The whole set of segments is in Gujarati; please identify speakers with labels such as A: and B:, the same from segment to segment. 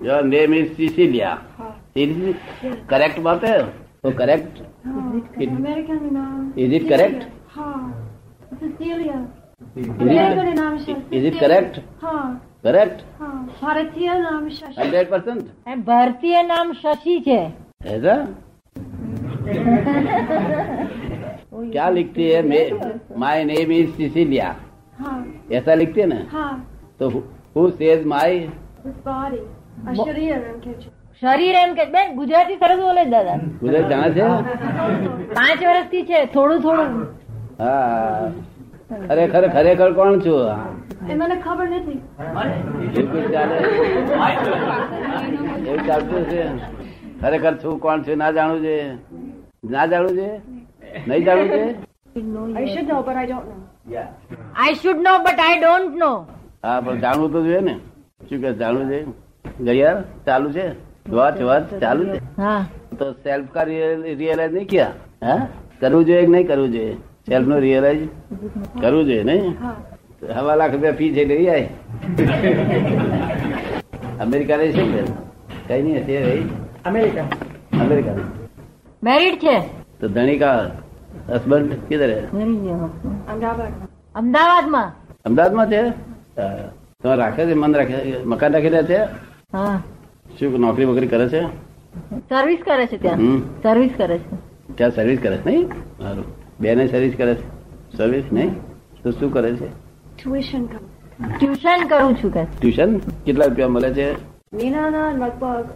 A: Your name is Cecilia. Is it correct, Mata? Oh, correct.
B: It's American name.
A: Is it correct?
B: हाँ. Cecilia.
A: Is
B: American
A: it,
B: नाम है
A: is it correct?
B: हाँ
A: Correct.
B: हाँ भारतीय नाम शशि
A: Hundred percent.
C: અને ભારતીય નામ શશી છે
A: ऐसा क्या लिखती है माई नेम इज सिसिलिया
B: हाँ
A: ऐसा लिखते है ना
B: हाँ
A: तो who says my
B: His body. अशरीर એમ કે છે.
C: શરીર એમ કે બેન ગુજરાતી સરસ બોલે છે દાદા
A: गुजर जाना છે
C: પાંચ વર્ષથી છે થોડું થોડું
A: હા ખરેખર ખરેખર કોણ છું
B: એ મને ખબર નથી
A: બિલકુલ ચાલે એવું ચાલતું છે ખરેખર છું કોણ છું ના જાણવું છે ના જાણવું છે નહીં જાણવું છે
B: I should know, but I don't know.
C: I should know but I don't know
A: હા પણ જાણવું તો જોઈએ ને શું કે જાણવું છે ઘડિયાળ ચાલુ છે વાત વાત ચાલુ છે
C: હા
A: તો સેલ્ફ કા રિયલાઇઝ નહીં કિયા હા કરવું જોઈએ કે નહીં કરવું જોઈએ સેલ્ફ નું રિયલાઇઝ કરવું જોઈએ નહીં
B: હા
A: હવા લાખ રૂપિયા ફી છે લઈ આવી અમેરિકા રહી છે ને? કઈ નહીં હશે રહી અમેરિકા
C: મેરિડ છે
A: તો ધણી કા હસબન્ડ કિધર હે
B: અમદાવાદ
C: અમદાવાદમાં
A: અમદાવાદમાં છે હા. તો રાખે છે મન રાખે મકાન રાખેલા છે
C: હા
A: શું નોકરી વોકરી કરે છે
C: સર્વિસ કરે છે ત્યાં
A: હમ
C: સર્વિસ કરે છે
A: ત્યાં સર્વિસ કરે છે નહીં સારું બેને સર્વિસ કરે છે સર્વિસ નહીં તો શું કરે છે
B: ટ્યુશન કરું
C: ટ્યુશન કરું છું કે
A: ટ્યુશન કેટલા રૂપિયા મળે છે
B: મહિનાના લગભગ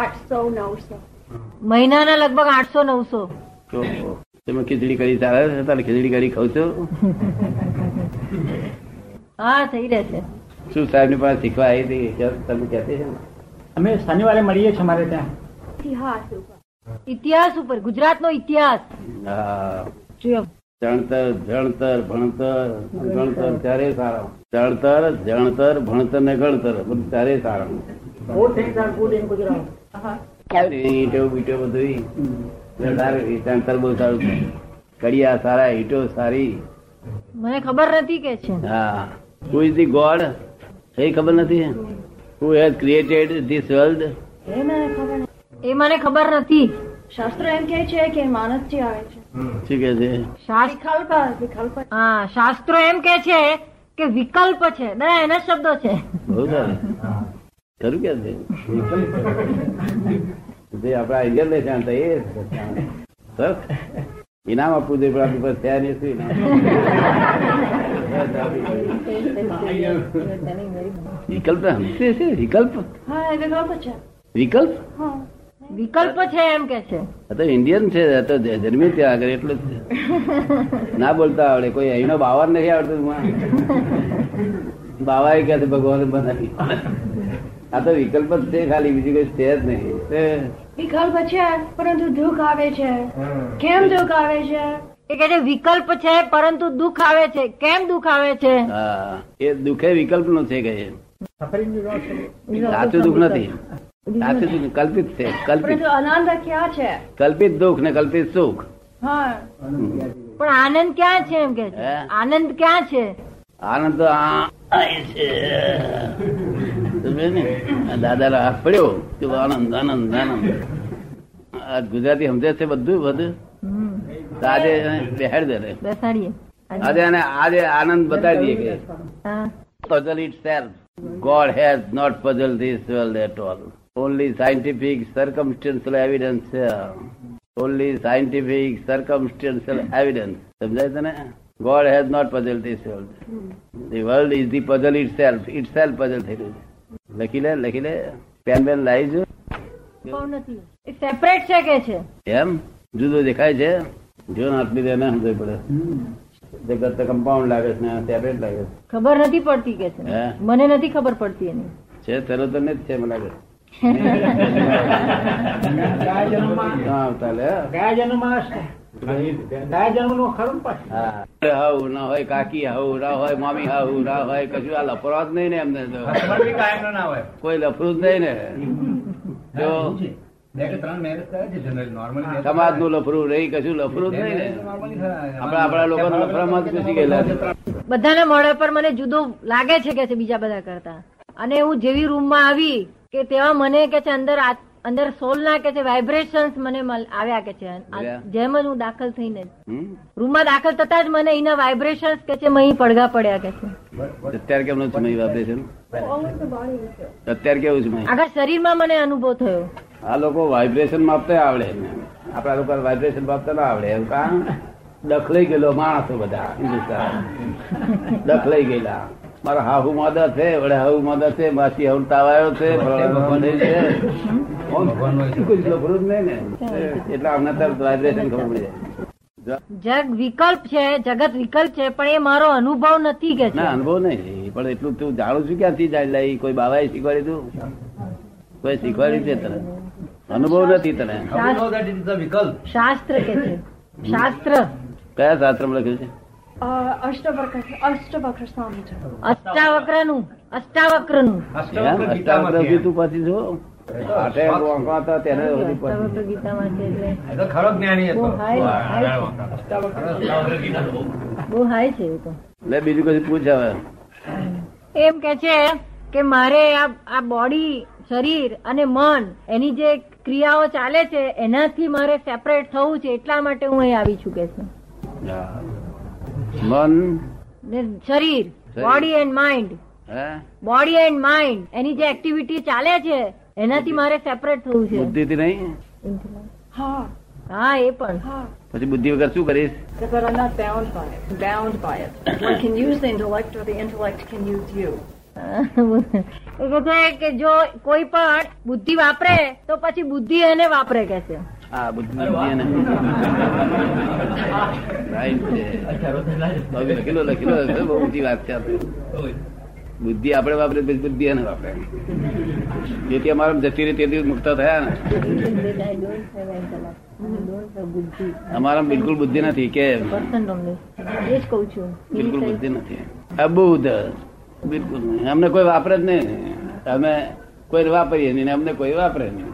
B: આઠસો નવસો
C: મહિનાના લગભગ આઠસો નવસો
A: તો તમે ખીચડી કરી ચાલે છે તારે ખીચડી કરી ખાવ છો
C: હા થઈ રહેશે
A: શું સાહેબ ની પાસે શીખવા આવી હતી કે તમે કહેતી છે ને?
D: અમે શનિવારે મળીએ છીએ અમારે ત્યાં
B: ઇતિહાસ ઉપર
C: ઇતિહાસ ઉપર ગુજરાતનો ઇતિહાસ
A: હા
C: જો,
A: જણતર જણતર ભણતર ગણતર ત્યારે સારા જણતર જણતર ભણતર ને ગણતર બધું ત્યારે સારા
D: Four things are good in Gujarat.
A: ઈટો બીટો બધું સારું જણતર બહુ સારું છે. કડિયા સારા ઈટો સારી
C: મને ખબર નથી કે છે
A: હા હુ ઇઝ ધી ગોડ એ ખબર નથી who has created this world
B: એ મને ખબર નથી
C: એ મને ખબર નથી
B: શાસ્ત્ર એમ કે છે કે માણસ થી આવે છે
A: શું કે છે
C: શાસ્ત્ર
B: વિકલ્પ વિકલ્પ
C: હા શાસ્ત્રો એમ કે છે કે વિકલ્પ છે દાદા એના જ શબ્દો છે
A: બહુ સારું ખરું કે છે જે આપણા ઇન્ડિયન દેશ હતા એ સરસ ઇનામ આપવું જોઈએ પણ આપણી પાસે થયા નહીં શું ઇનામ વિકલ્પ હમશે છે વિકલ્પ
B: હા એ વિકલ્પ છે
A: વિકલ્પ
B: હા
C: વિકલ્પ છે એમ કે છે
A: આ તો ઇન્ડિયન છે આ તો જન્મી ત્યાં આગળ એટલું જ છે. ના બોલતા આવડે કોઈ અહીંનો બાવર નથી આવડતો બાવા એ કહે છે ભગવાન બનાવી આ તો વિકલ્પ જ છે ખાલી બીજું કોઈ છે જ નહીં તે
B: વિકલ્પ છે પરંતુ દુઃખ આવે છે કેમ દુઃખ આવે છે
C: એ કે છે વિકલ્પ છે પરંતુ દુઃખ આવે છે કેમ દુઃખ આવે છે
A: હા, એ દુઃખે વિકલ્પ નું છે કે
D: Suffering is also-
A: સાચું દુઃખ નથી સાચું દુઃખ કલ્પિત છે કલ્પિત
B: પરંતુ આનંદ ક્યાં છે
A: કલ્પિત દુઃખ ને કલ્પિત સુખ
B: હા
C: પણ આનંદ ક્યાં છે એમ કે છે
A: હે?
C: આનંદ ક્યાં છે
A: આનંદ તો આ આય છે સમજ્યો ને? આ દાદાનો હાથ પડ્યો કે આનંદ આનંદ આનંદ આ ગુજરાતી સમજે છે બધું બધું
C: હમ,
A: તો આજે એને બેહાડી દે ને.
C: બેસાડીએ
A: આજે એને આજે આનંદ બતાવી દઈએ કે
C: હા.
A: puzzle itself. God has not puzzled this world at all. Only scientific circumstantial evidence here. Only scientific circumstantial evidence. સમજાય તને God has not puzzled this world. The world is the puzzle itself. Itself puzzle થઈ રહ્યું છે લખી લે લખી લે પેન પેન લાવી છું
C: બહુ નથી. એ સેપરેટ છે કે છે
A: એમ જુદો દેખાય છે જો ને આટલી દે ના સમજાય પડે જગત કમ્પાઉન્ડ લાગે છે ને સેપરેટ લાગે છે
C: ખબર નથી પડતી કે છે
A: હે?
C: મને નથી ખબર પડતી એની
A: છે તરત જ છે મને લાગે
D: ગયા જન્મમાં
A: ના આવતા લે
D: ગયા જન્મમાં ગયા જન્મનું ખરું પણ
A: હા. હાઉ ના હોય કાકી હાઉ ના હોય મામી હાઉ ના હોય કશું આ લફરો જ નહીં ને એમને તો કોઈ લફરું જ નહીં ને જો સમાજ નું લફરું રહી કશું લફરું જ નહીં ને આપણા આપણા લોકો લફરામાં જ ઘૂસી ગયેલા છે.
C: બધાના મોઢા પર મને જુદો લાગે છે કે છે બીજા બધા કરતા અને હું જેવી રૂમમાં આવી કે તેવા મને કે છે અંદર આ- અંદર સોલના કે છે વાઇબ્રેશન્સ મને મળ- આવ્યા કે છે આ
A: આવ્યા?
C: જેમ જ હું દાખલ થઈને
A: હમ?
C: રૂમમાં દાખલ થતા જ મને એના વાઇબ્રેશન્સ કે છે મહી પડઘા પડ્યા કે છે
A: અત્યારે કેમનું છે મય vibration
B: Always the body is there.
A: અત્યારે કેવું છે મય
C: આખા શરીરમાં મને અનુભવ થયો
A: આ લોકો વાઇબ્રેશન માપતા આવડે ને આપણા લોકો વાઇબ્રેશન માપતા ના આવડે એમ કારણ દખલાઈ ગયેલો માણસો બધા હિન્દુસ્તાન દખલાઈ ગયેલા મારા હાહુ માદા છે વડે હાહુ માદા છે માસી હાહુ તાવ આવ્યો છે ફલાણા ભગવાન થઈ છે કોઈ ખબર જ નહીં ને એટલે અમને તરત વાઇબ્રેશન ખબર પડી જાય
C: જગ વિકલ્પ છે જગત વિકલ્પ છે પણ એ મારો અનુભવ નથી કે છે
A: ના અનુભવ નહીં પણ એટલું તું જાણું છું ક્યાંથી જાણી લઈ કોઈ બાબાએ શીખવાડી તું કોઈ શીખવાડી છે તને અનુભવ નથી તને
C: શાસ્ત્ર- શાસ્ત્ર કે છે શાસ્ત્ર
A: કયા શાસ્ત્રમાં લખ્યું છે
B: Uh, Ashtavakra, Ashtavakra Samhita.
C: અષ્ટાવક્રનું અષ્ટાવક્રનું
A: એમ? અષ્ટાવક્ર બી તું પાછી જો આઠે વાંકા હતા ત્યારે હજી
C: અષ્ટાવક્ર
A: પાછી.
C: ગીતામાં છે એટલે
E: એ તો ખરો જ્ઞાની હતો
C: બહુ હાય હાય છે. બહુ હાય છે એ તો
A: લે બીજું કશું પૂછ હવે
C: એમ કે છે કે મારે આ આ બોડી શરીર અને મન એની જે ક્રિયાઓ ચાલે છે એનાથી મારે સેપરેટ થવું છે એટલા માટે હું અહીં આવી છું કે છે
A: હા. મન
C: ને શરીર બોડી એન્ડ માઇન્ડ
A: હે
C: બોડી એન્ડ માઇન્ડ એની જે એક્ટિવિટી ચાલે છે એનાથી મારે સેપરેટ થવું છે
A: બુદ્ધિ થી નહીં
B: Ha,
C: હા એ પણ
B: ha.
A: પછી બુદ્ધિ વગર શું કરીશ
F: But I'm not bound by it. Bound by it. One can use the intellect, or the intellect can use you.
C: એ કહે છે કે જો કોઈ પણ બુદ્ધિ વાપરે તો પછી બુદ્ધિ એને વાપરે કે છે
A: આ બુદ્ધિ બુદ્ધિ એને Right છે. હવે લખેલો લખેલો હશે, બહુ ઊંચી વાત છે આપણે. બુદ્ધિ આપણે વાપરે પછી બુદ્ધિ એને વાપરે જેથી અમારા જતી રહી તેથી મુક્ત થયા ને અમારા બિલકુલ બુદ્ધિ નથી કેમ
C: પર્સન તમને એ જ કહું છું
A: બિલકુલ બુદ્ધિ નથી અબુધ બિલકુલ નહીં. અમને કોઈ વાપરે જ નહીં અમે કોઈ વાપરીએ નહીં ને અમને કોઈ વાપરે નહીં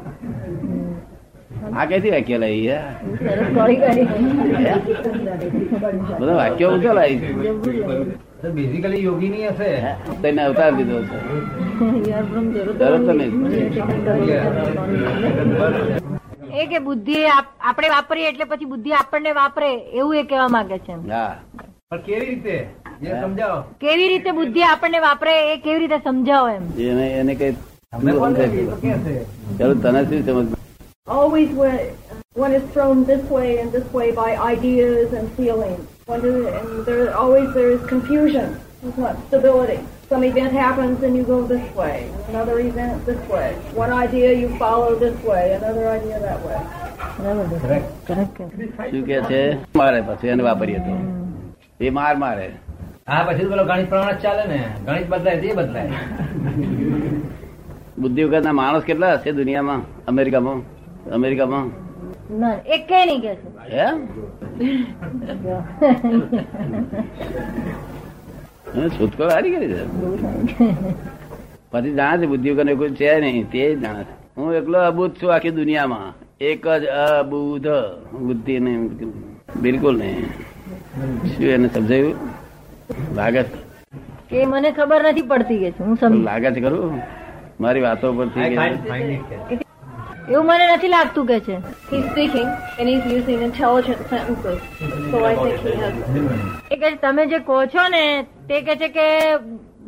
A: આ ક્યાંથી વાક્ય લાવી હે?
C: સરસ કોળી કરી
A: બધા વાક્યો ઊંચા લાવી છે.
E: બેઝિકલી યોગી ની હશે
A: હે? તેને અવતાર દીધો છે
C: યાર બ્રહ્મ જરૂર
A: તરત નહીં
C: એ કે બુદ્ધિ આપ- આપણે વાપરીએ એટલે પછી બુદ્ધિ આપણને વાપરે એવું એ કહેવા માંગે છે
A: હા
E: પણ કેવી રીતે એ સમજાવો
C: કેવી રીતે બુદ્ધિ આપણને વાપરે એ કેવી રીતે સમજાવો એમ
A: એને એને કઈ
E: અમે કોણ નથી, તો કે છે
A: ચાલો તને શું સમજ
F: Always when one is thrown this way and this way by ideas and feelings. One is, and there always there is confusion. There's not stability. Some event happens and you go this way. Another event this way. One idea you follow this way. Another idea that way.
A: શું કે છે મારે પછી એને વાપરીએ તો એ માર મારે
E: હા પછી તો પેલો ગણિત પ્રમાણે જ ચાલે ને ગણિત બદલાય તે બદલાય
A: બુદ્ધિ વગરના માણસ કેટલા હશે દુનિયામાં અમેરિકામાં અમેરિકામાં
C: ના એ કે નહીં કે છે
A: હે હે, છૂટકો હારી કરી છે પછી જાણે છે બુદ્ધિ વગરને કોઈ છે નહીં તે જ જાણે છે હું એકલો અબૂધ છું આખી દુનિયામાં એક જ અબૂધ બુદ્ધિ નહીં બિલકુલ નહીં શું એને સમજાયું લાગે છે
C: કે મને ખબર નથી પડતી કે છે હું સમજ
A: લાગે છે ખરું મારી વાતો પરથી કે-
C: એવું મને નથી લાગતું કે છે
F: He's speaking and he's using intelligent sentences. So I think he has
C: એ કે છે, તમે જે કહો છો ને તે કે છે કે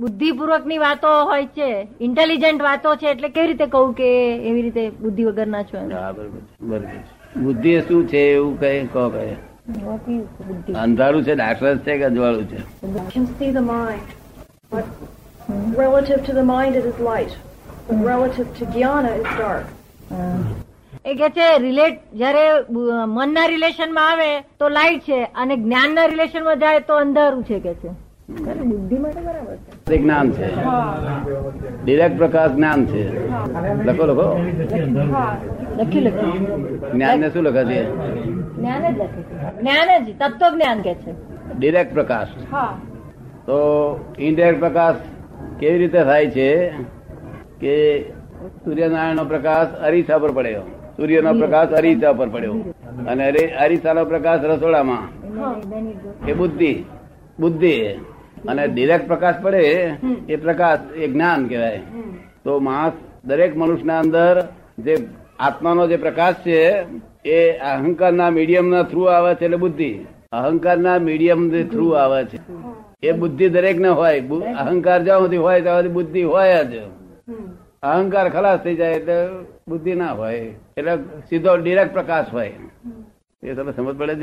C: બુદ્ધિપૂર્વક ની વાતો હોય છે ઇન્ટેલિજન્ટ વાતો છે એટલે કેવી રીતે કહું કે એવી રીતે બુદ્ધિ વગર ના છો એમ?
A: હા, બરોબર છે, બરોબર છે. બુદ્ધિ એ શું છે એવું કઈ કહો કઈ અંધારું છે ડાર્કનેસ છે કે અજવાળું છે
F: can see the mind. But relative to the mind it is light. But relative to jnana is dark.
C: એ કે છે રિલેટ જયારે બુ- મનના રિલેશનમાં આવે તો લાઇટ છે અને જ્ઞાનના રિલેશનમાં જાય તો અંધારું છે કે છે
A: તે જ્ઞાન છે ડિરેક્ટ પ્રકાશ જ્ઞાન છે લખો લખો
C: લખી લખ્યું
A: જ્ઞાન ને શું લખે છે
C: જ્ઞાન જ લખે છે જ્ઞાન જ તત્વ જ્ઞાન કે છે
A: ડિરેક્ટ પ્રકાશ તો ઇનડિરેક્ટ પ્રકાશ કેવી રીતે થાય છે કે સૂર્યનારાયણનો પ્રકાશ અરીસા પર પડ્યો સૂર્યનો પ્રકાશ અરીસા પર પડ્યો અને અરી- અરીસાનો પ્રકાશ રસોડામાં એ બુદ્ધિ બુદ્ધિ અને ડિરેક્ટ પ્રકાશ પડે એ પ્રકાશ એ જ્ઞાન કહેવાય તો માણસ દરેક મનુષ્યના અંદર જે આત્માનો જે પ્રકાશ છે એ અહંકારના મીડિયમના થ્રુ આવે છે એટલે બુદ્ધિ અહંકારના મીડિયમ થ્રુ આવે છે એ બુદ્ધિ દરેકને હોય બુ- અહંકાર જ્યાં સુધી હોય ત્યાં સુધી બુદ્ધિ હોય જ અહંકાર ખલાસ થઈ જાય એટલે બુદ્ધિ ના હોય એટલે સીધો ડિરેક્ટ પ્રકાશ હોય એ તમને સમજ પડે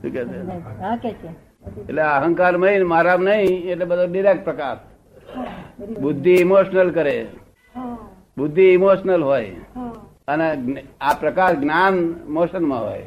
A: છે શું કહે છે
C: હા કે છે
A: એટલે અહંકાર નહીં મારા નહીં એટલે બધો ડિરેક્ટ પ્રકાશ બુદ્ધિ ઇમોશનલ કરે બુદ્ધિ ઇમોશનલ હોય અને જ્ઞ- આ પ્રકાશ જ્ઞાન મોશનમાં હોય